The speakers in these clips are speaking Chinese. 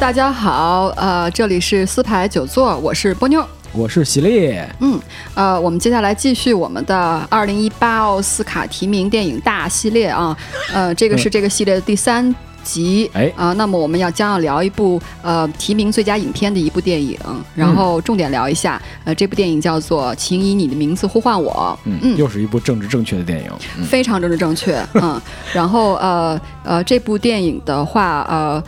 大家好，呃，这里是四排九座，我是波妞。我是喜力，嗯，呃，我们接下来继续我们的二零一八奥斯卡提名电影大系列啊，呃，这个是这个系列的第三集，哎啊、那么我们要将要聊一部呃提名最佳影片的一部电影，然后重点聊一下，呃，这部电影叫做《请以你的名字呼唤我》，嗯，又是一部政治正确的电影，嗯，非常政治正 确，嗯，然后呃呃，这部电影的话，呃。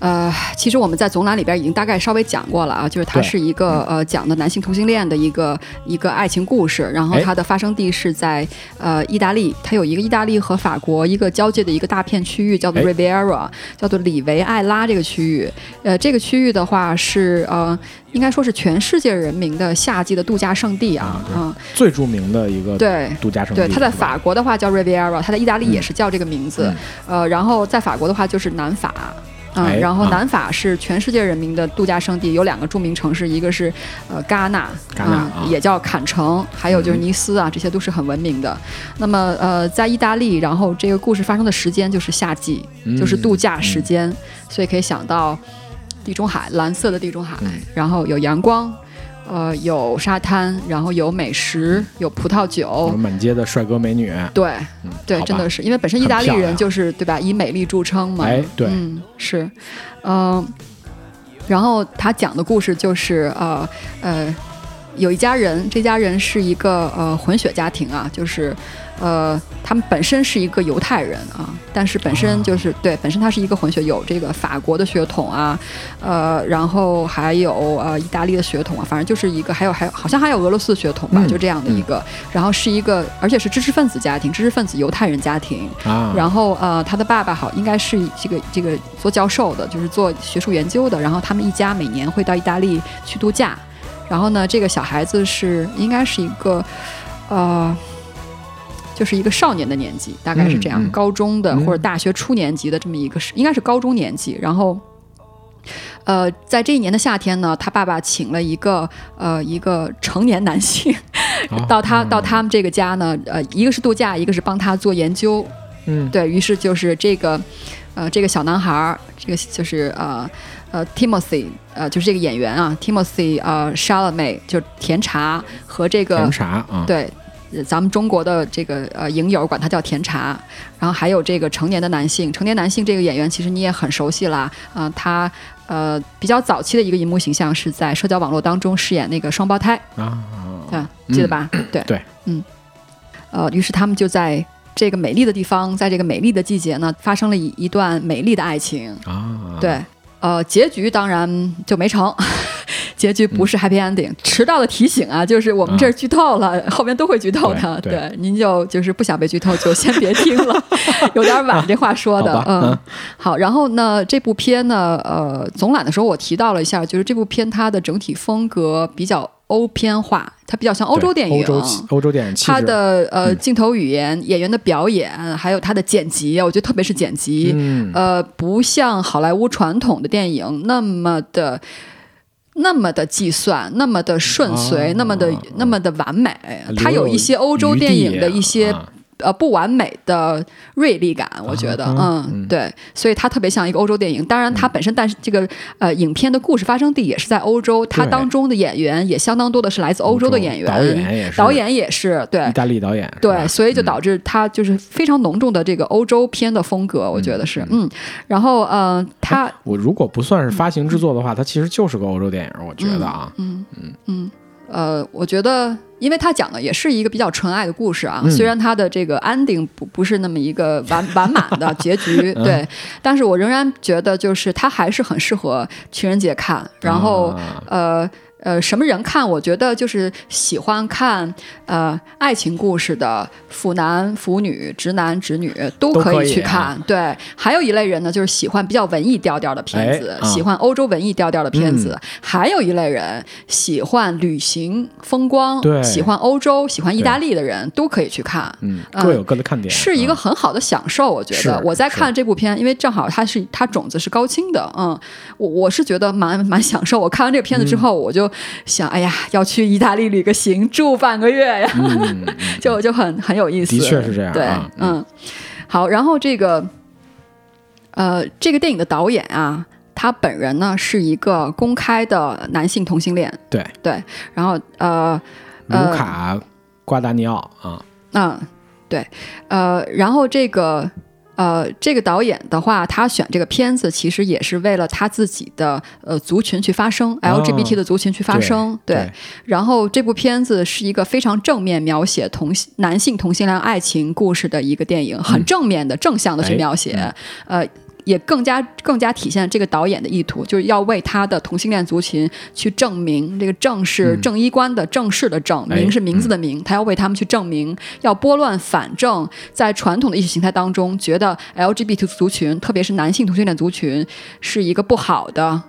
呃，其实我们在总览里边已经大概稍微讲过了啊，就是它对嗯是一个呃讲的男性同性恋的一个一个爱情故事，然后哎它的发生地是在呃意大利，它有一个意大利和法国一个交界的一个大片区域，叫做哎 Riviera，叫做里维埃拉这个区域。呃，这个区域的话是呃应该说是全世界人民的夏季的度假胜地啊，对嗯，最著名的一个对，度假胜地。对，它在是吧嗯法国的话叫 Riviera，它在意大利也是叫这个名字。呃，然后在法国的话就是南法。嗯，哎然后啊南法是全世界人民的度假胜地，有两个著名城市，一个是呃戛纳，戛纳啊啊嗯也叫坎城，还有就是尼斯啊，这些都是很文明的。那么呃，在意大利，然后这个故事发生的时间就是夏季，嗯就是度假时间，所以可以想到地中海，蓝色的地中海，嗯然后有阳光，呃，有沙滩，然后有美食，嗯有葡萄酒，满街的帅哥美女，对嗯哦对，好吧真的是因为本身意大利很漂人亮就是对吧，以美丽著称嘛。哎对嗯，是，嗯、然后他讲的故事就是呃呃，有一家人，这家人是一个呃混血家庭啊，就是呃他们本身是一个犹太人啊，但是本身就是、对，本身他是一个混血，有这个法国的血统啊，呃，然后还有呃意大利的血统啊，反正就是一个，还有还有好像还有俄罗斯的血统吧，嗯就这样的一个，然后是一个，而且是知识分子家庭，知识分子犹太人家庭，啊，然后呃，他的爸爸好应该是这个这个做教授的，就是做学术研究的。然后他们一家每年会到意大利去度假。然后呢，这个小孩子是应该是一个呃，就是一个少年的年纪，大概是这样，嗯嗯高中的嗯或者大学初年级的这么一个是，应该是高中年级。然后。呃，在这一年的夏天呢，他爸爸请了一个呃一个成年男性啊到他、到，他们这个家呢，呃，一个是度假，一个是帮他做研究，嗯，对于是就是这个，呃，这个小男孩儿，这个就是呃呃 Timothy，呃，就是这个演员啊，Timothy 呃 s h a l a m e 就是甜茶和这个甜茶啊，对。呃咱们中国的这个呃影友管他叫甜茶，然后还有这个成年的男性，成年男性这个演员其实你也很熟悉啦，啊、他呃比较早期的一个荧幕形象是在社交网络当中饰演那个双胞胎，啊啊，对吧，记得吧？对对，嗯，呃，于是他们就在这个美丽的地方，在这个美丽的季节呢，发生了一一段美丽的爱情。啊啊，对，呃，结局当然就没成。 结局不嗯是 happy ending，、迟到的提醒啊，就是我们这儿剧透了，后面都会剧透的。对对您就就是不想被剧透，就先别听 了，有点晚，这话说的好吧，嗯嗯，好。然后呢，这部片呢，呃，总览的时候我提到了一下，就是这部片它的整体风格比较欧片化，它比较像欧洲电影，欧洲气欧洲电影气质，他的呃镜头语言、演员的表演，还有他的剪辑，啊我觉得特别是剪辑，嗯呃，不像好莱坞传统的电影那么的。那么的计算，那么的顺遂，哦那么的那么的完美，留它有一些欧洲余地电影的一些、啊呃不完美的锐利感，我觉得，啊嗯，对，所以它特别像一个欧洲电影。当然，嗯它本身但是这个呃影片的故事发生地也是在欧洲，它对当中的演员也相当多的是来自欧洲的演员，导演也是导演也是对意。大利嗯导演，对，是吧所以就导致它就是非常浓重的这个欧洲片的风格，我觉得是，嗯，然后呃，它我如果不算是发行制作的话，它其实就是个欧洲电影，我觉得啊，嗯呃，我觉得，因为他讲的也是一个比较纯爱的故事啊，嗯虽然他的这个 ending 不不是那么一个完完满的结局，对，但是我仍然觉得就是它还是很适合情人节看，然后、啊呃。呃，什么人看？我觉得就是喜欢看呃爱情故事的腐男、腐女、直男、直女都都可可以以去啊看。对，还有一类人呢，就是喜欢比较文艺调调的片子，哎啊嗯喜欢欧洲文艺调调的片子；还有一类人喜欢旅行风光，对喜欢欧洲、喜欢意大利的人都可以去看。嗯，嗯各有各的看点，是一个啊很好的享受，我觉得是我在是看这部片，因为正好它是它种子是高清的，嗯，我我是觉得蛮蛮享受。我看完这个片子嗯之后，我就想，哎呀，要去意大利旅个行，住半个月呀，嗯嗯 就就很很有意思。的确是这样对嗯啊，嗯，好，然后这个，呃，这个电影的导演啊，他本人呢是一个公开的男性同性恋，对对，然后呃卢卡瓜达尼奥啊，嗯，对，呃，然后这个呃，这个导演的话，他选这个片子其实也是为了他自己的呃族群去发声，LGBT 的族群去发声，对。对，然后这部片子是一个非常正面描写同性男性同性恋爱情故事的一个电影，很正面的、正向的去描写，呃。也更加更加体现这个导演的意图，就是要为他的同性恋族群去证明，这个正是正衣冠的正式的正，哎名是名字的名，他要为他们去证明，要拨乱反正，在传统的意识形态当中，觉得 LGBT 族群，特别是男性同性恋族群，是一个不好的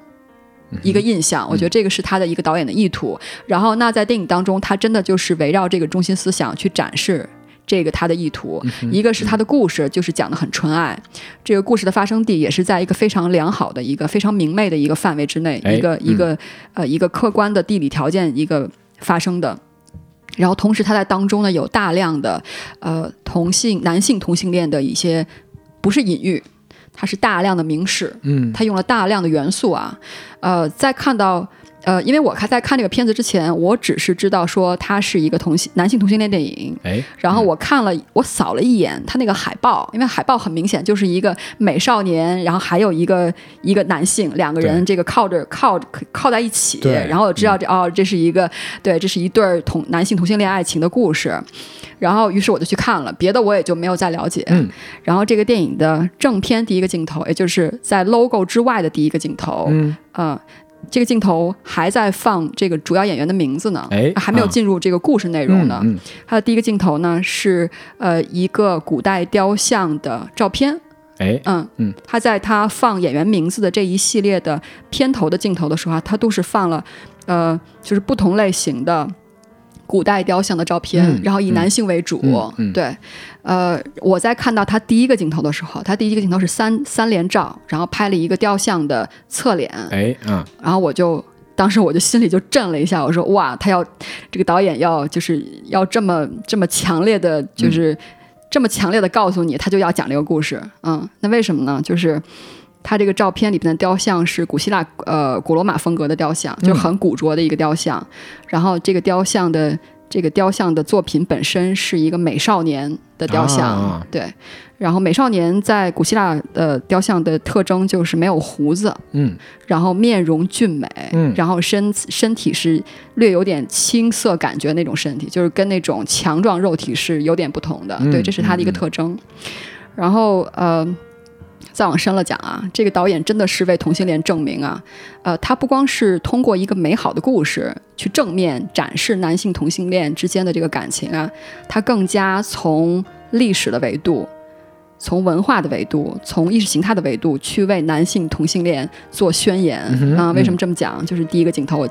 一个印象。我觉得这个是他的一个导演的意图。然后，那在电影当中，他真的就是围绕这个中心思想去展示。这个他的意图，嗯一个是他的故事，就是讲的很纯爱。这个故事的发生地也是在一个非常良好的一个非常明媚的一个范围之内，哎一个一个呃一个客观的地理条件一个发生的。然后同时他在当中呢有大量的呃同性男性同性恋的一些不是隐喻，它是大量的明示，嗯，他用了大量的元素啊，呃，在看到。呃，因为我看在看这个片子之前，我只是知道说它是一个同性男性同性恋电影，哎，然后我看了，我扫了一眼他那个海报，因为海报很明显就是一个美少年，然后还有一个一个男性，两个人对这个靠着靠靠在一起对，嗯然后我知道这、哦，这是一个对，这是一对儿同男性同性恋爱情的故事，然后于是我就去看了，别的我也就没有再了解。嗯然后这个电影的正片第一个镜头，也就是在 logo 之外的第一个镜头，嗯，呃，这个镜头还在放这个主要演员的名字呢，哎还没有啊进入这个故事内容嗯呢。嗯，它的第一个镜头呢是呃一个古代雕像的照片，哎，嗯嗯，他在他放演员名字的这一系列的片头的镜头的时候啊，他都是放了呃就是不同类型的古代雕像的照片，嗯然后以男性为主，嗯嗯对，呃，我在看到他第一个镜头的时候，他第一个镜头是三三连照，然后拍了一个雕像的侧脸，哎啊，然后我就当时我就心里就震了一下，我说哇，他要这个导演要就是要这么这么强烈的，就是、这么强烈的告诉你，他就要讲这个故事，嗯，那为什么呢？就是。他这个照片里边的雕像是古希腊呃古罗马风格的雕像，就是很古拙的一个雕像。然后这个雕像的这个雕像的作品本身是一个美少年的雕像，啊对。然后美少年在古希腊呃雕像的特征就是没有胡子，嗯然后面容俊美，嗯然后身身体是略有点青涩感觉那种身体，就是跟那种强壮肉体是有点不同的，嗯对，这是他的一个特征。然后呃，再往深了讲啊，这个导演真的是为同性恋证明啊，呃，他不光是通过一个美好的故事去正面展示男性同性恋之间的这个感情啊，他更加从历史的维度。从文化的维度，从意识形态的维度去为男性同性恋做宣言啊、哼为什么这么讲？就是第一个镜头，我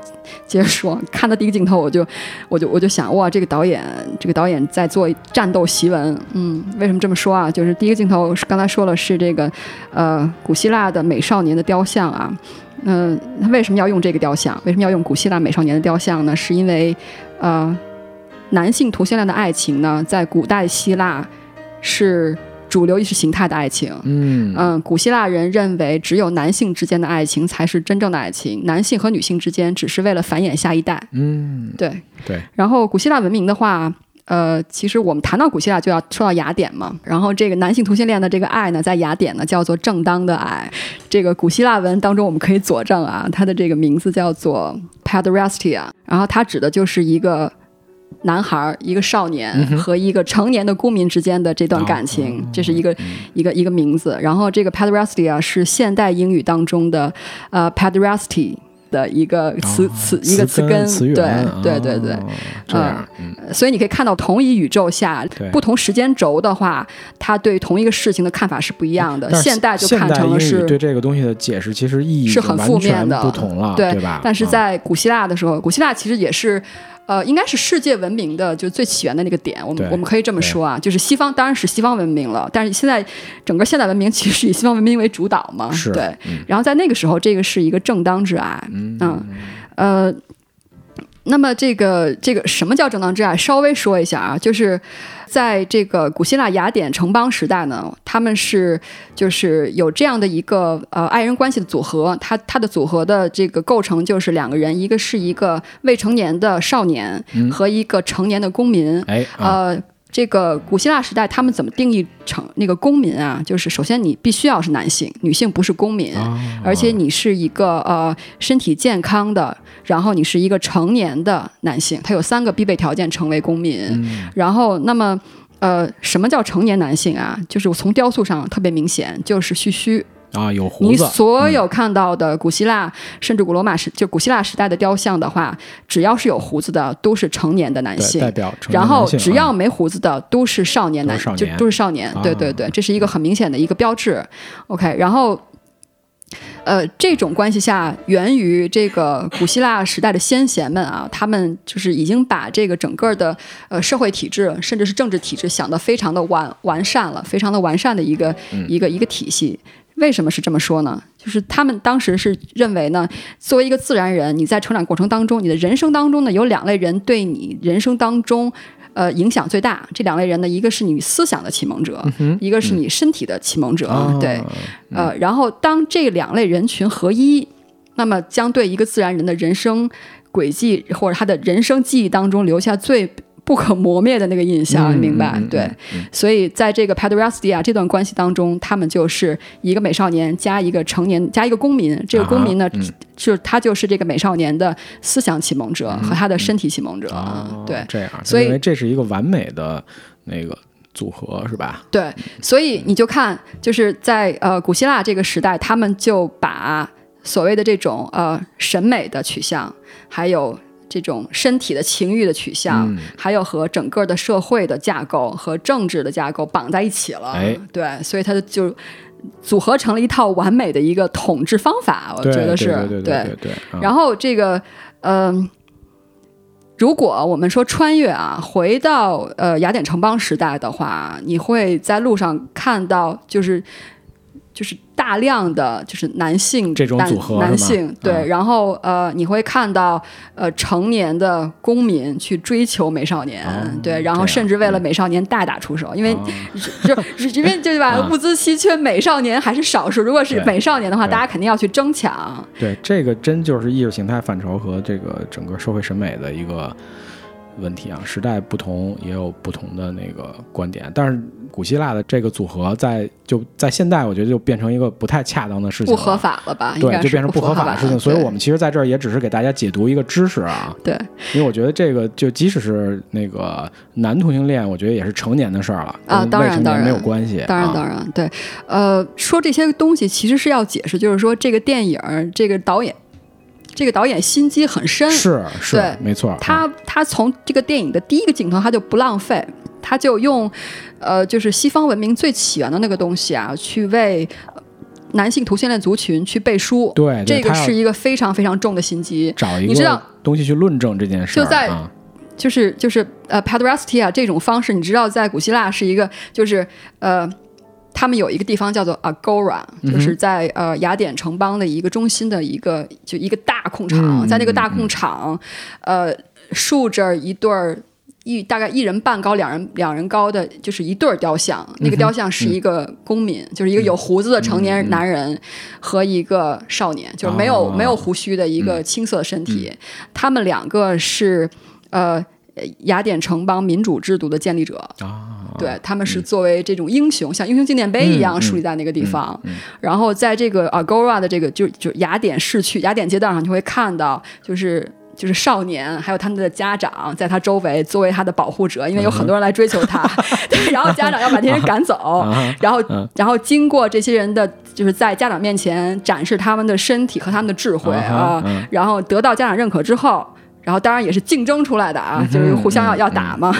接着说，看到第一个镜头，我就，我就我就想，哇，这个导演，这个导演在做战斗檄文。嗯，为什么这么说啊？就是第一个镜头是刚才说了，是这个，呃，古希腊的美少年的雕像啊。嗯、他为什么要用这个雕像？为什么要用古希腊美少年的雕像呢？是因为，呃，男性同性恋的爱情呢，在古代希腊是主流意识形态的爱情。嗯嗯，古希腊人认为只有男性之间的爱情才是真正的爱情，男性和女性之间只是为了繁衍下一代。嗯，对对。然后古希腊文明的话，呃，其实我们谈到古希腊就要说到雅典嘛。然后这个男性同性恋的这个爱呢，在雅典呢叫做正当的爱。这个古希腊文当中我们可以佐证啊，它的这个名字叫做 pederastia，然后它指的就是一个。男孩儿、一个少嗯年和一个成年的公民之间的这段感情，哦这是一个、嗯一个一个名字。然后这个 pederastia 是现代英语当中的呃 pederasty 的一个词、哦词一个词根，词源对啊对对对。这样，嗯所以你可以看到，同一宇宙下对，不同时间轴的话，他对同一个事情的看法是不一样的。但是现代就现看成了英语是对这个东西的解释，其实意义是很完负面全的不同了，对吧？但是嗯在古希腊的时候，古希腊其实也是，呃，应该是世界文明的就最起源的那个点。我们对我们可以这么说啊，就是西方当然是西方文明了，但是现在整个现代文明其实是以西方文明为主导嘛，是对。然后在那个时候，这个是一个正当之爱，嗯呃。那么这个这个什么叫正当之爱？稍微说一下啊，就是在这个古希腊雅典城邦时代呢，他们是就是有这样的一个呃爱人关系的组合，它它的组合的这个构成就是两个人，一个是一个未成年的少年嗯和一个成年的公民，哎啊，呃，这个古希腊时代他们怎么定义成那个公民啊？就是首先你必须要是男性，女性不是公民，啊而且你是一个呃身体健康的，然后你是一个成年的男性，他有三个必备条件成为公民。嗯然后那么。呃，什么叫成年男性啊？就是我从雕塑上特别明显，就是须须，啊有胡你子，所有看到的古希腊、甚至古罗马时就古希腊时代的雕像的话，只要是有胡子的，都是成年的男对性。代表成年然后男性只啊要没胡子的都是少年男，都是少就年啊都是少年。对对对，这是一个很明显的一个标志。OK，然后。呃，这种关系下，源于这个古希腊时代的先贤们啊，他们就是已经把这个整个的呃社会体制，甚至是政治体制想得非常的完完善了，非常的完善的一个、一个一个体系。为什么是这么说呢？就是他们当时是认为呢，作为一个自然人，你在成长过程当中，你的人生当中呢，有两类人对你人生当中。呃，影响最大这两类人呢，一个是你思想的启蒙者，一个是你身体的启蒙者。啊对，呃，然后当这两类人群合一，那么将对一个自然人的人生轨迹或者他的人生记忆当中留下最不可磨灭的那个印象，嗯你明白？嗯嗯对，所以在这个 padrastia 这段关系当中，他们就是一个美少年加一个成年加一个公民，这个公民呢，啊嗯就是他就是这个美少年的思想启蒙者嗯和他的身体启蒙者，啊哦对。这样，所以因为这是一个完美的那个组合是吧？对，所以你就看，就是在呃古希腊这个时代，他们就把所谓的这种呃审美的取向，还有这种身体的情欲的取向，嗯还有和整个的社会的架构和政治的架构绑在一起了。哎对，所以它就组合成了一套完美的一个统治方法，我对觉得是对对对对对。啊然后这个，嗯、如果我们说穿越啊，回到呃雅典城邦时代的话，你会在路上看到就是就是大量的就是男性这种男组合男是吗性对，嗯然后呃你会看到呃成年的公民去追求美少年，哦对，然后这样甚至为了美少年大打出手，因为、哦就是因为对吧啊，物资稀缺，美少年还是少数，如果是对美少年的话，对大家肯定要去争抢。对这个真就是意识形态范畴和这个整个社会审美的一个问题啊，时代不同也有不同的那个观点，但是古希腊的这个组合在就在现代，我觉得就变成一个不太恰当的事情不了，合法了吧？应对，该就是变成不合法的事情。所以对我们其实在这儿也只是给大家解读一个知识啊，对因为我觉得这个就即使是那个男同性恋，我觉得也是成年的事儿了啊跟当未然成当年没有然关系，当然啊当然对，呃，说这些东西其实是要解释，就是说这个电影儿这个导演，这个导演心机很深，是是对，没错儿，啊他他从这个电影的第一个镜头他就不浪费，他就用，呃，就是西方文明最起源的那个东西啊，去为。呃男性同性恋族群去背书，对对这个他要是一个非常非常重的心机。找一你知道个东西去论证这件事儿，就在啊就是就是呃 padrastia 这种方式，你知道在古希腊是一个就是呃。他们有一个地方叫做 Agora，就是嗯在呃雅典城邦的一个中心的一个就一个大空场，嗯在那个大空场，呃，竖着一对儿一大概一人半高、两人两人高的，就是一对儿雕嗯像。那个雕像是一个公民，就是一个有胡子的成年男人和一个少年，就是没有、嗯哦嗯没有胡须的一个青涩身体。他们两个是呃雅典城邦民主制度的建立者，啊，对他们是作为这种英雄，像英雄纪念碑一样嗯树立在那个地方。然后在这个 Agora 的这个就就雅典市区、雅典街道上，你会看到就是。就是少年，还有他们的家长，在他周围作为他的保护者，因为有很多人来追求他， 对，然后家长要把这些人赶走，啊然后嗯，然后经过这些人的，就是在家长面前展示他们的身体和他们的智慧啊哈啊嗯，然后得到家长认可之后，然后当然也是竞争出来的嗯啊，就是互相要要打嘛，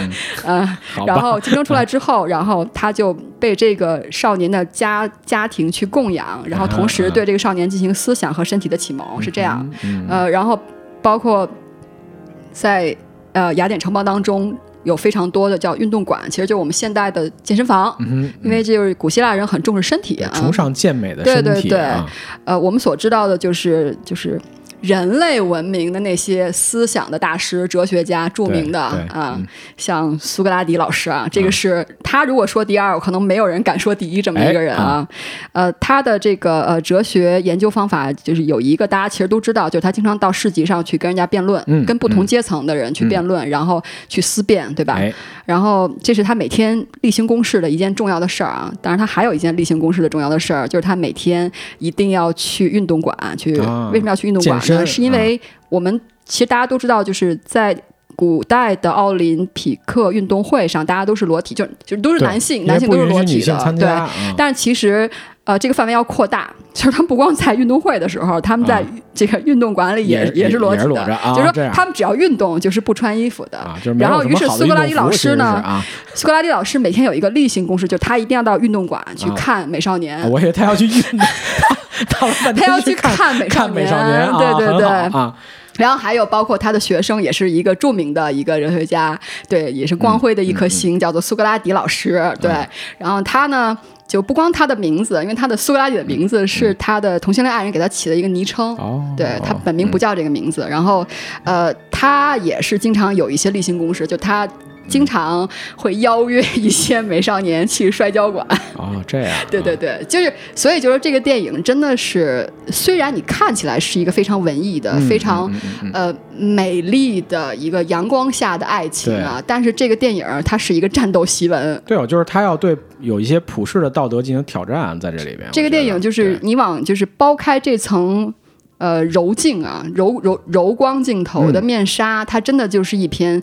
嗯，好吧然后竞争出来之 后，然后他就被这个少年的家家庭去供养，然嗯后同时对这个少年进行思想和身体的启蒙，是这样，嗯呃，然后包括在呃雅典城邦当中。有非常多的叫运动馆，其实就是我们现代的健身房，嗯，因为这就是古希腊人很重视身体啊。崇尚健美的身体，对对对啊呃，我们所知道的就是就是人类文明的那些思想的大师、哲学家，著名的对对啊嗯，像苏格拉底老师啊，这个是他如果说第二，可能没有人敢说第一这么哎一个人啊。呃，他的这个呃哲学研究方法就是有一个大家其实都知道，就是他经常到市集上去跟人家辩论，嗯跟不同嗯阶层的人去辩论，然后去思辨，对吧？哎，然后这是他每天例行公事的一件重要的事儿啊。当然，他还有一件例行公事的重要的事儿，就是他每天一定要去运动馆去。啊为什么要去运动馆健呢？身是因为我们其实大家都知道，就是在。古代的奥林匹克运动会上，大家都是裸体，就就都是对男性，因为男性不都是允许裸女体性的，参对。加嗯但是其实，呃，这个范围要扩大，就是他们不光在运动会的时候，他们在啊这个运动馆里也也也是裸体也是裸的着，啊就是这说样他们只要运动就是不穿衣服的啊，就是没然有后，什于么是好的苏格拉运底动服老其实师呢是，啊，苏格拉底老师每天有一个例行公事，就是他一定要到运动馆去看美少年，啊我以为他要去运动， 他老半天嗯他要去看看美少看美少年啊，对对很对。好啊，然后还有包括他的学生，也是一个著名的一个哲学家，对，也是光辉的一颗嗯星，叫做苏格拉底老师，啊对。然后他呢，就不光他的名字，因为他的苏格拉底的名字嗯是他的同性恋爱人给他起的一个昵称，哦，对他本名不叫这个名字，然后，呃，他也是经常有一些例行公事，就嗯他经常会邀约一些美少年去摔跤馆， 哦，这样啊，对对对，就是所以就是这个电影真的是，虽然你看起来是一个非常文艺的、嗯，非常嗯。嗯嗯嗯呃美丽的一个阳光下的爱情啊，但是这个电影它是一个战斗檄文。对哦，就是他要对有一些普世的道德进行挑战，在这里边。这个我觉得电影就是你往就是剥开这层呃柔镜啊柔柔柔光镜头嗯的面纱，它真的就是一篇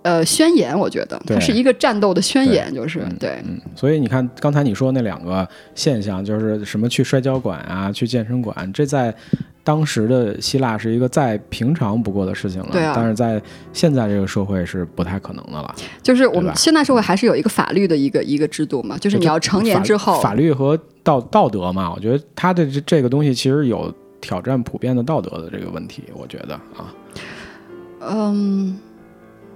呃宣言，我觉得对它是一个战斗的宣言，就是嗯对。对嗯，所以你看刚才你说那两个现象，就是什么去摔跤馆啊，去健身馆，这在当时的希腊是一个再平常不过的事情了，对啊但是在现在这个社会是不太可能的了。就是我对们吧现代社会还是有一个法律的一个一个制度嘛，就是你要成年之后法，法律和道道德嘛，我觉得他的这这个东西其实有挑战普遍的道德的这个问题，我觉得啊，嗯，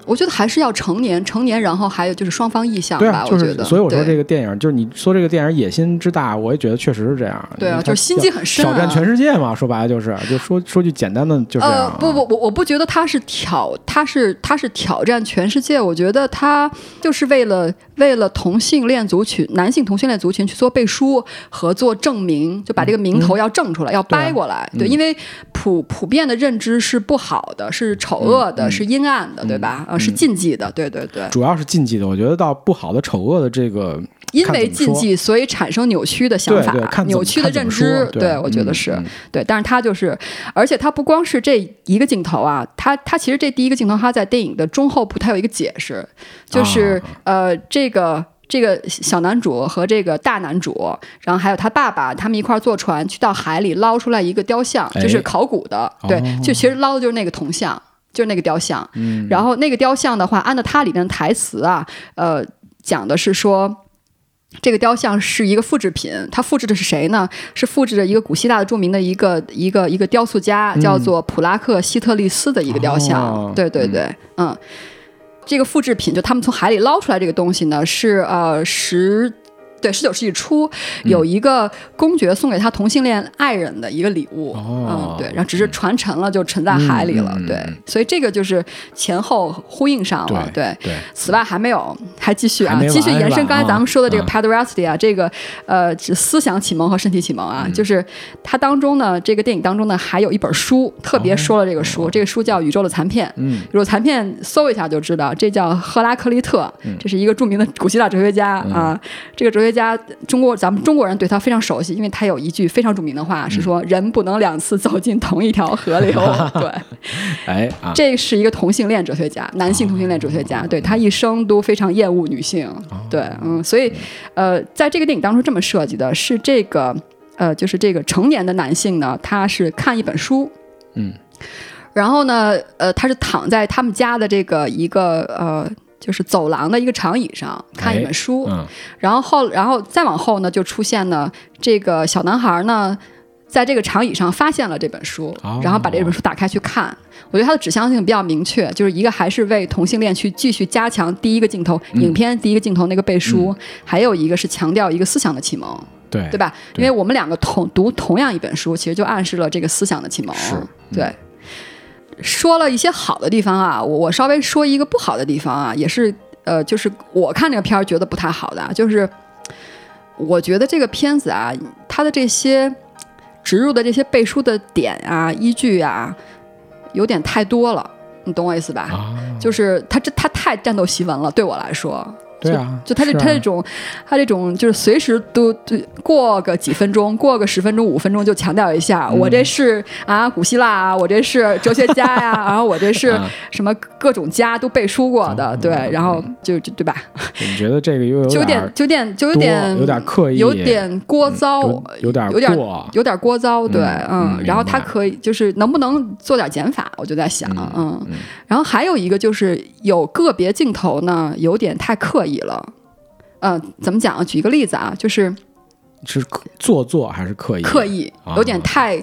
我觉得还是要成年，成年，然后还有就是双方意向对吧，啊，就我觉是得。所以我说对这个电影，就是你说这个电影野心之大，我也觉得确实是这样。对啊，它就是心要机很深、啊，挑战全世界嘛，说白了就是，就说说句简单的，就这样呃啊。，不不，我我不觉得他是挑，他是他是挑战全世界。我觉得他就是为了为了同性恋族群、男性同性恋族群去做背书和做证明，就把这个名头要正出来，要对啊掰过来。对，因为普普遍的认知是不好的，是丑恶嗯的，是阴暗的，对吧？呃，是禁忌的，对对对。主要是禁忌的，我觉得到不好的、丑恶的这个，因看为怎么禁说忌，所以产生扭曲的想对法对，看、怎扭么曲的看怎认么知说。对，我觉得嗯是。嗯对，但是他就是，而且他不光是这一个镜头啊，他他其实这第一个镜头，他在电影的中后部，他有一个解释，啊就是、呃，这个这个小男主和这个大男主，然后还有他爸爸，他们一块儿坐船去到海里捞出来一个雕像，哎哦就是考古的，对，就其实捞的就是那个铜像，就是那个雕像。嗯然后那个雕像的话，按照它里面的台词啊，呃，讲的是说。这个雕像是一个复制品，它复制的是谁呢？是复制着一个古希腊的著名的一个一个一个雕塑家，叫做普拉克希特利斯的一个雕像。嗯哦对对对，嗯这个复制品，就他们从海里捞出来这个东西呢，是呃十。对，十九世纪初嗯有一个公爵送给他同性恋爱人的一个礼物，嗯，哦对，然后只是传承了，就沉在海里了，嗯嗯嗯对嗯，所以这个就是前后呼应上了，对哦对，对，此外还没有，还继续啊还，没完继续延是伸吧刚才咱们说的这个嗯 pederasty 啊，这个呃指思想启蒙和身体启蒙啊，嗯就是它当中呢，这个电影当中呢还有一本书，特别说了这个书，这个书叫《宇宙的残片》。哦嗯宇宙残片搜一下就知道，这叫赫拉克利特，嗯这是一个著名的古希腊哲学家、啊。这个哲学家，中国咱们中国人对他非常熟悉，因为他有一句非常著名的话是嗯说：“人不能两次走进同一条河 流。”对。哎啊，哦这是一个同性恋哲学家，男性同性恋哲学家，对他一生都非常厌恶女性，哦对，嗯，所以，呃，在这个电影当中这么设计的是这个，呃，就是这个成年的男性呢，他是看一本书，嗯，然后呢，呃，他是躺在他们家的这个一个呃。就是走廊的一个长椅上看一本书，嗯，然后后然后再往后呢，就出现了这个小男孩呢，在这个长椅上发现了这本书，哦然后把这本书打开去看。我觉得它的指向性比较明确，就是一个还是为同性恋去继续加强第一个镜头，影片第一个镜头那个背书，还有一个是强调一个思想的启蒙。对对吧？因为对我们两个同读同样一本书，其实就暗示了这个思想的启蒙。是嗯对。说了一些好的地方啊，我我稍微说一个不好的地方啊，也是呃，就是我看这个片儿觉得不太好的啊，就是我觉得这个片子啊，它的这些植入的这些背书的点啊、依据啊，有点太多了，你懂我意思吧？啊，就是它这它太战斗檄文了，对我来说，对啊，就他这、是啊他这种，他这种就是随时都都过个几分钟，过个十分钟、五分钟就强调一下，嗯我这是啊古希腊啊，我这是哲学家 呀、然后我这是啊什么各种家都背书过的，嗯对嗯，然后就就对吧，你觉得这个又有就有点点儿就有点就有多点有点刻意有点聒噪有，有点儿有点儿过，有点聒噪，对，嗯嗯，然后他明白可以就是能不能做点减法，我就在想，嗯，嗯然后还有一个就是有个别镜头呢，有点太刻意了。呃，怎么讲啊？举一个例子啊，就是是刻做作还是刻意？刻意啊，有点太，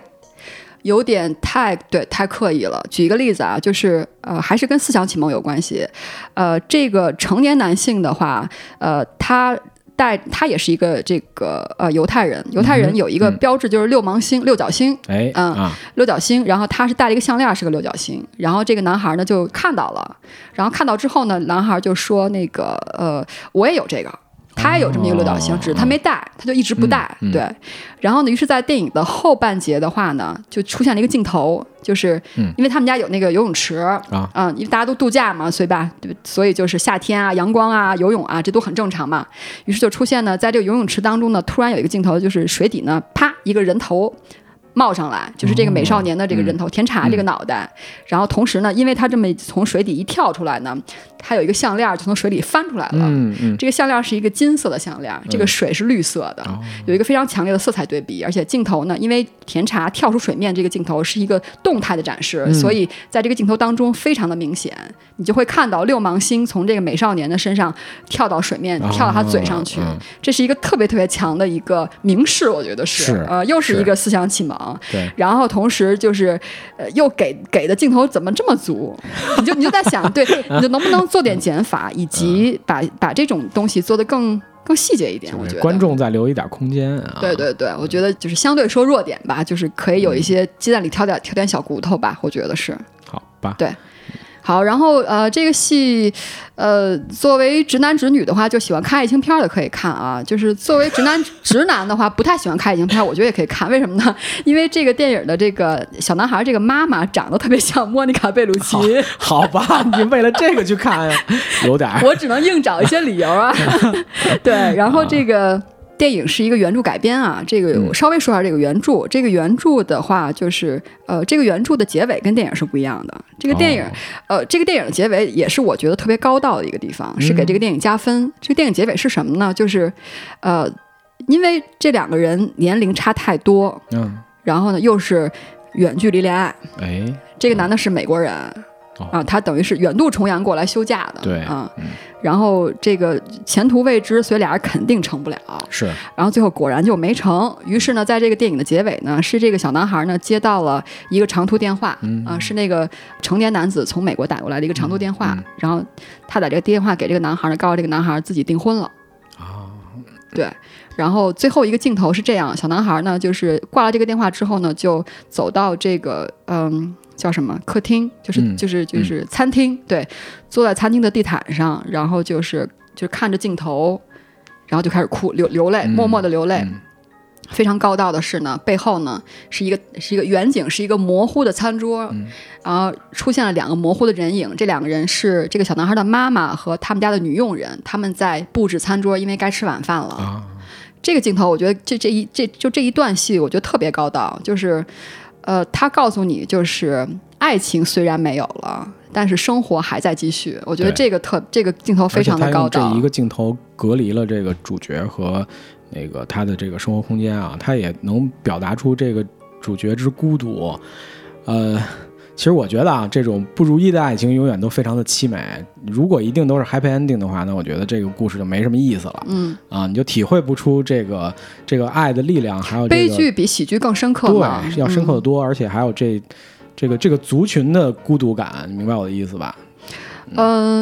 有点太对，太刻意了。举一个例子啊，就是呃，还是跟思想启蒙有关系。呃，这个成年男性的话，呃，他。带他也是一个这个呃犹太人，犹太人有一个嗯标志就是六芒星、六角星，哎嗯啊，六角星，然后他是戴了一个项链，是个六角星。然后这个男孩呢就看到了，然后看到之后呢，男孩就说那个呃，我也有这个，他也有这么一个六角星，哦只是他没戴，他就一直不戴。嗯嗯对，然后呢，于是，在电影的后半节的话呢，就出现了一个镜头，就是嗯因为他们家有那个游泳池啊嗯，因为大家都度假嘛，所以吧，对所以就是夏天啊，阳光啊，游泳啊，这都很正常嘛。于是就出现呢，在这个游泳池当中呢，突然有一个镜头，就是水底呢，啪，一个人头冒上来，就是这个美少年的这个人头，甜茶这个脑袋。然后同时呢，因为他这么从水底一跳出来呢，他有一个项链就从水里翻出来了。嗯嗯，这个项链是一个金色的项链，这个水是绿色的，哦有一个非常强烈的色彩对比。而且镜头呢，因为甜茶跳出水面这个镜头是一个动态的展示，嗯所以在这个镜头当中非常的明显，你就会看到六芒星从这个美少年的身上跳到水面，哦跳到他嘴上去。嗯这是一个特别特别强的一个明示，我觉得是，是呃，又是是一个思想启蒙。对，然后同时就是，呃，又给给的镜头怎么这么足？ 你就你就在想， 对，你就能不能做点减法，嗯以及把把这种东西做得更更细节一点？我觉给得观。众再留一点空间啊。对对对，我觉得就是相对说弱点吧，就是可以有一嗯些鸡蛋里挑点挑点小骨头吧，我觉得是。好 吧，对好，然后呃，这个戏，呃，作为直男直女的话，就喜欢看爱情片儿的可以看啊。就是作为直男直男的话，不太喜欢看爱情片儿，我觉得也可以看。啊为什么呢？ 因为这个电影的这个小男孩儿这个妈妈长得特别像莫妮卡贝鲁奇，好吧，你为了这个去看，啊有点儿我只能硬找一些理由啊。 对，然后这个。电影是一个原著改编啊，这个我稍微说一下这个原著。这个原著的话，就是呃，这个原著的结尾跟电影是不一样的。这个电影哦呃，这个电影的结尾也是我觉得特别高道的一个地方，是嗯给这个电影加分。这个电影结尾是什么呢？就是，呃，因为这两个人年龄差太多，嗯，然后呢又是远距离恋爱。哎，这个男的是美国人，哦啊，他等于是远渡重洋过来休假的，对啊，嗯然后这个前途未知，所以俩人肯定成不了。是然后最后果然就没成。于是呢，在这个电影的结尾呢，是这个小男孩呢接到了一个长途电话，啊、嗯是那个成年男子从美国打过来的一个长途电嗯话。然后他打这个电话给这个男孩呢，告诉这个男孩自己订婚了。啊对，然后最后一个镜头是这样，小男孩呢，就是挂了这个电话之后呢，就走到这个嗯叫什么客厅，就是、嗯就是就是餐厅，对，坐在餐厅的地毯上，然后就是就是看着镜头，然后就开始哭流流泪，嗯默默的流泪。嗯非常高道的是呢，背后呢是一个是一个远景，是一个模糊的餐桌，嗯然后出现了两个模糊的人影，这两个人是这个小男孩的妈妈和他们家的女佣人，他们在布置餐桌，因为该吃晚饭了。啊，这个镜头，我觉得这这一这就这一段戏，我觉得特别高档，就是，呃，他告诉你，就是爱情虽然没有了，但是生活还在继续。我觉得对这个特这个镜头非常的高而且他用档这一，个镜头隔离了这个主角和那个他的这个生活空间啊，他也能表达出这个主角之孤独。呃，其实我觉得啊，这种不如意的爱情永远都非常的凄美。如果一定都是 happy ending 的话，那我觉得这个故事就没什么意思了。嗯，啊，你就体会不出这个这个爱的力量，还有、这个、悲剧嗯比喜剧更深刻嘛，对，啊要深刻的多，而且还有这这个这个族群的孤独感，你明白我的意思吧？嗯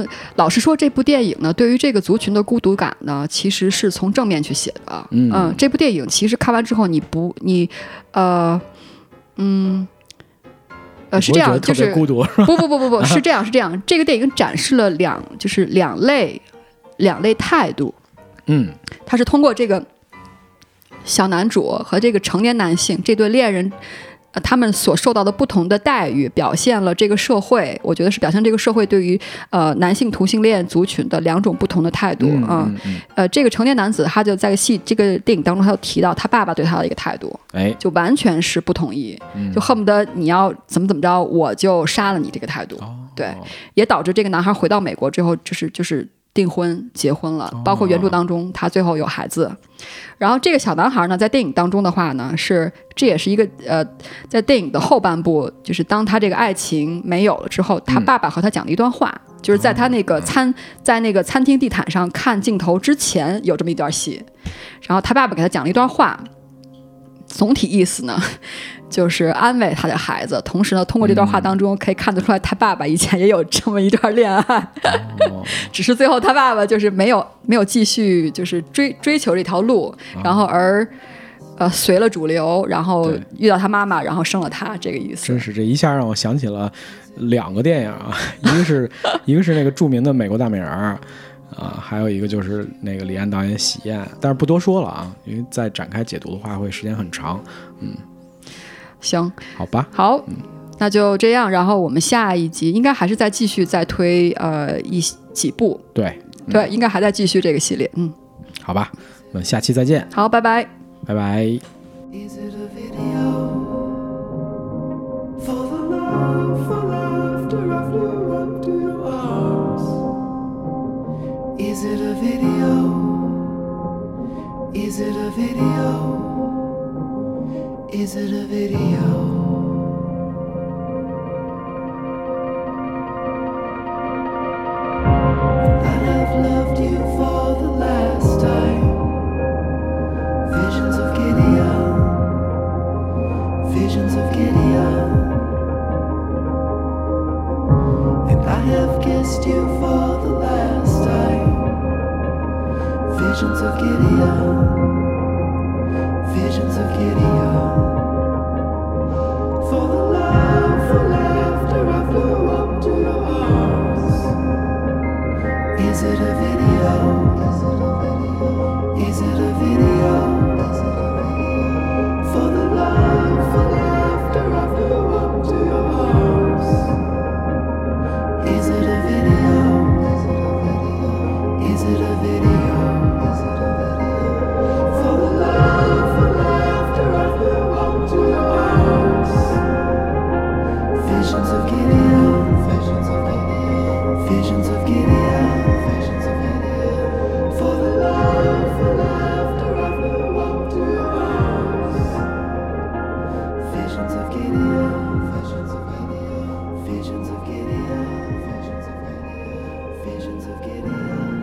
嗯，老实说，这部电影呢，对于这个族群的孤独感呢，其实是从正面去写的。嗯这部电影其实看完之后，你不，你，呃，嗯，呃，是这样，就特别是孤独， 不不不不不是这样，是这样。这个电影展示了两，就是两类，两类态度。嗯它是通过这个小男主和这个成年男性这对恋人。呃，他们所受到的不同的待遇，表现了这个社会，我觉得是表现这个社会对于呃男性同性恋族群的两种不同的态度嗯啊、嗯嗯，呃，这个成年男子他就在戏这个电影当中，他有提到他爸爸对他的一个态度，哎，就完全是不同意，嗯就恨不得你要怎么怎么着，我就杀了你这个态度。哦对也导致这个男孩回到美国之后，就是就是订婚结婚了，哦包括原著当中他最后有孩子。然后这个小男孩呢，在电影当中的话呢，是这也是一个呃，在电影的后半部，就是当他这个爱情没有了之后，他嗯哦爸爸和他讲了一段话，就是在他那个餐在那个餐厅地毯上看镜头之前有这么一段戏，然后他爸爸给他讲了一段话，总体意思呢， 就是安慰他的孩子，同时呢，通过这段话当中可以看得出来，他爸爸以前也有这么一段恋爱，哦 只是最后他爸爸就是没有没有继续就是追追求这条路，啊然后而呃随了主流，然后对遇到他妈妈，然后生了他这个意思真。是这一下让我想起了两个电影啊， 一个是一个是那个著名的《美国大美人》儿啊，还有一个就是那个李安导演《喜宴》，但是不多说了啊，因为再展开解读的话会时间很长，行，好吧？好。那就这样，然后我们下一集应该还是再继续再推呃一几部，对，对，嗯应该还在继续这个系列，嗯，好吧，我们下期再见，好，拜拜。拜拜。 Is it a video for the love, for laughter I flew up to your arms? Is it a video? Is it a video? Is it a video? I'd have loved you for the last time. Visions of Gideon. Visions of Gideon. And I have kissed you for the last time. Visions of Gideon. Visions of Gideon. For the love, for laughter, I flew up to your arms. Is it a video? Is it a video? Is it a video? Is it a video? For the love, for laughter, I flew up to your arms. Is it a video? Is it a video? Is it a video? Is it a video? For the love, for laughter, I flew up to your arms. Visions of Gideon. Visions of Gideon. Visions of Gideon. Visions of Gideon. For the love, for laughter of the walk to your arms. Visions of Gideon, visions of Gideon, visions of Gideon, visions of Gideon, visions of Gideon.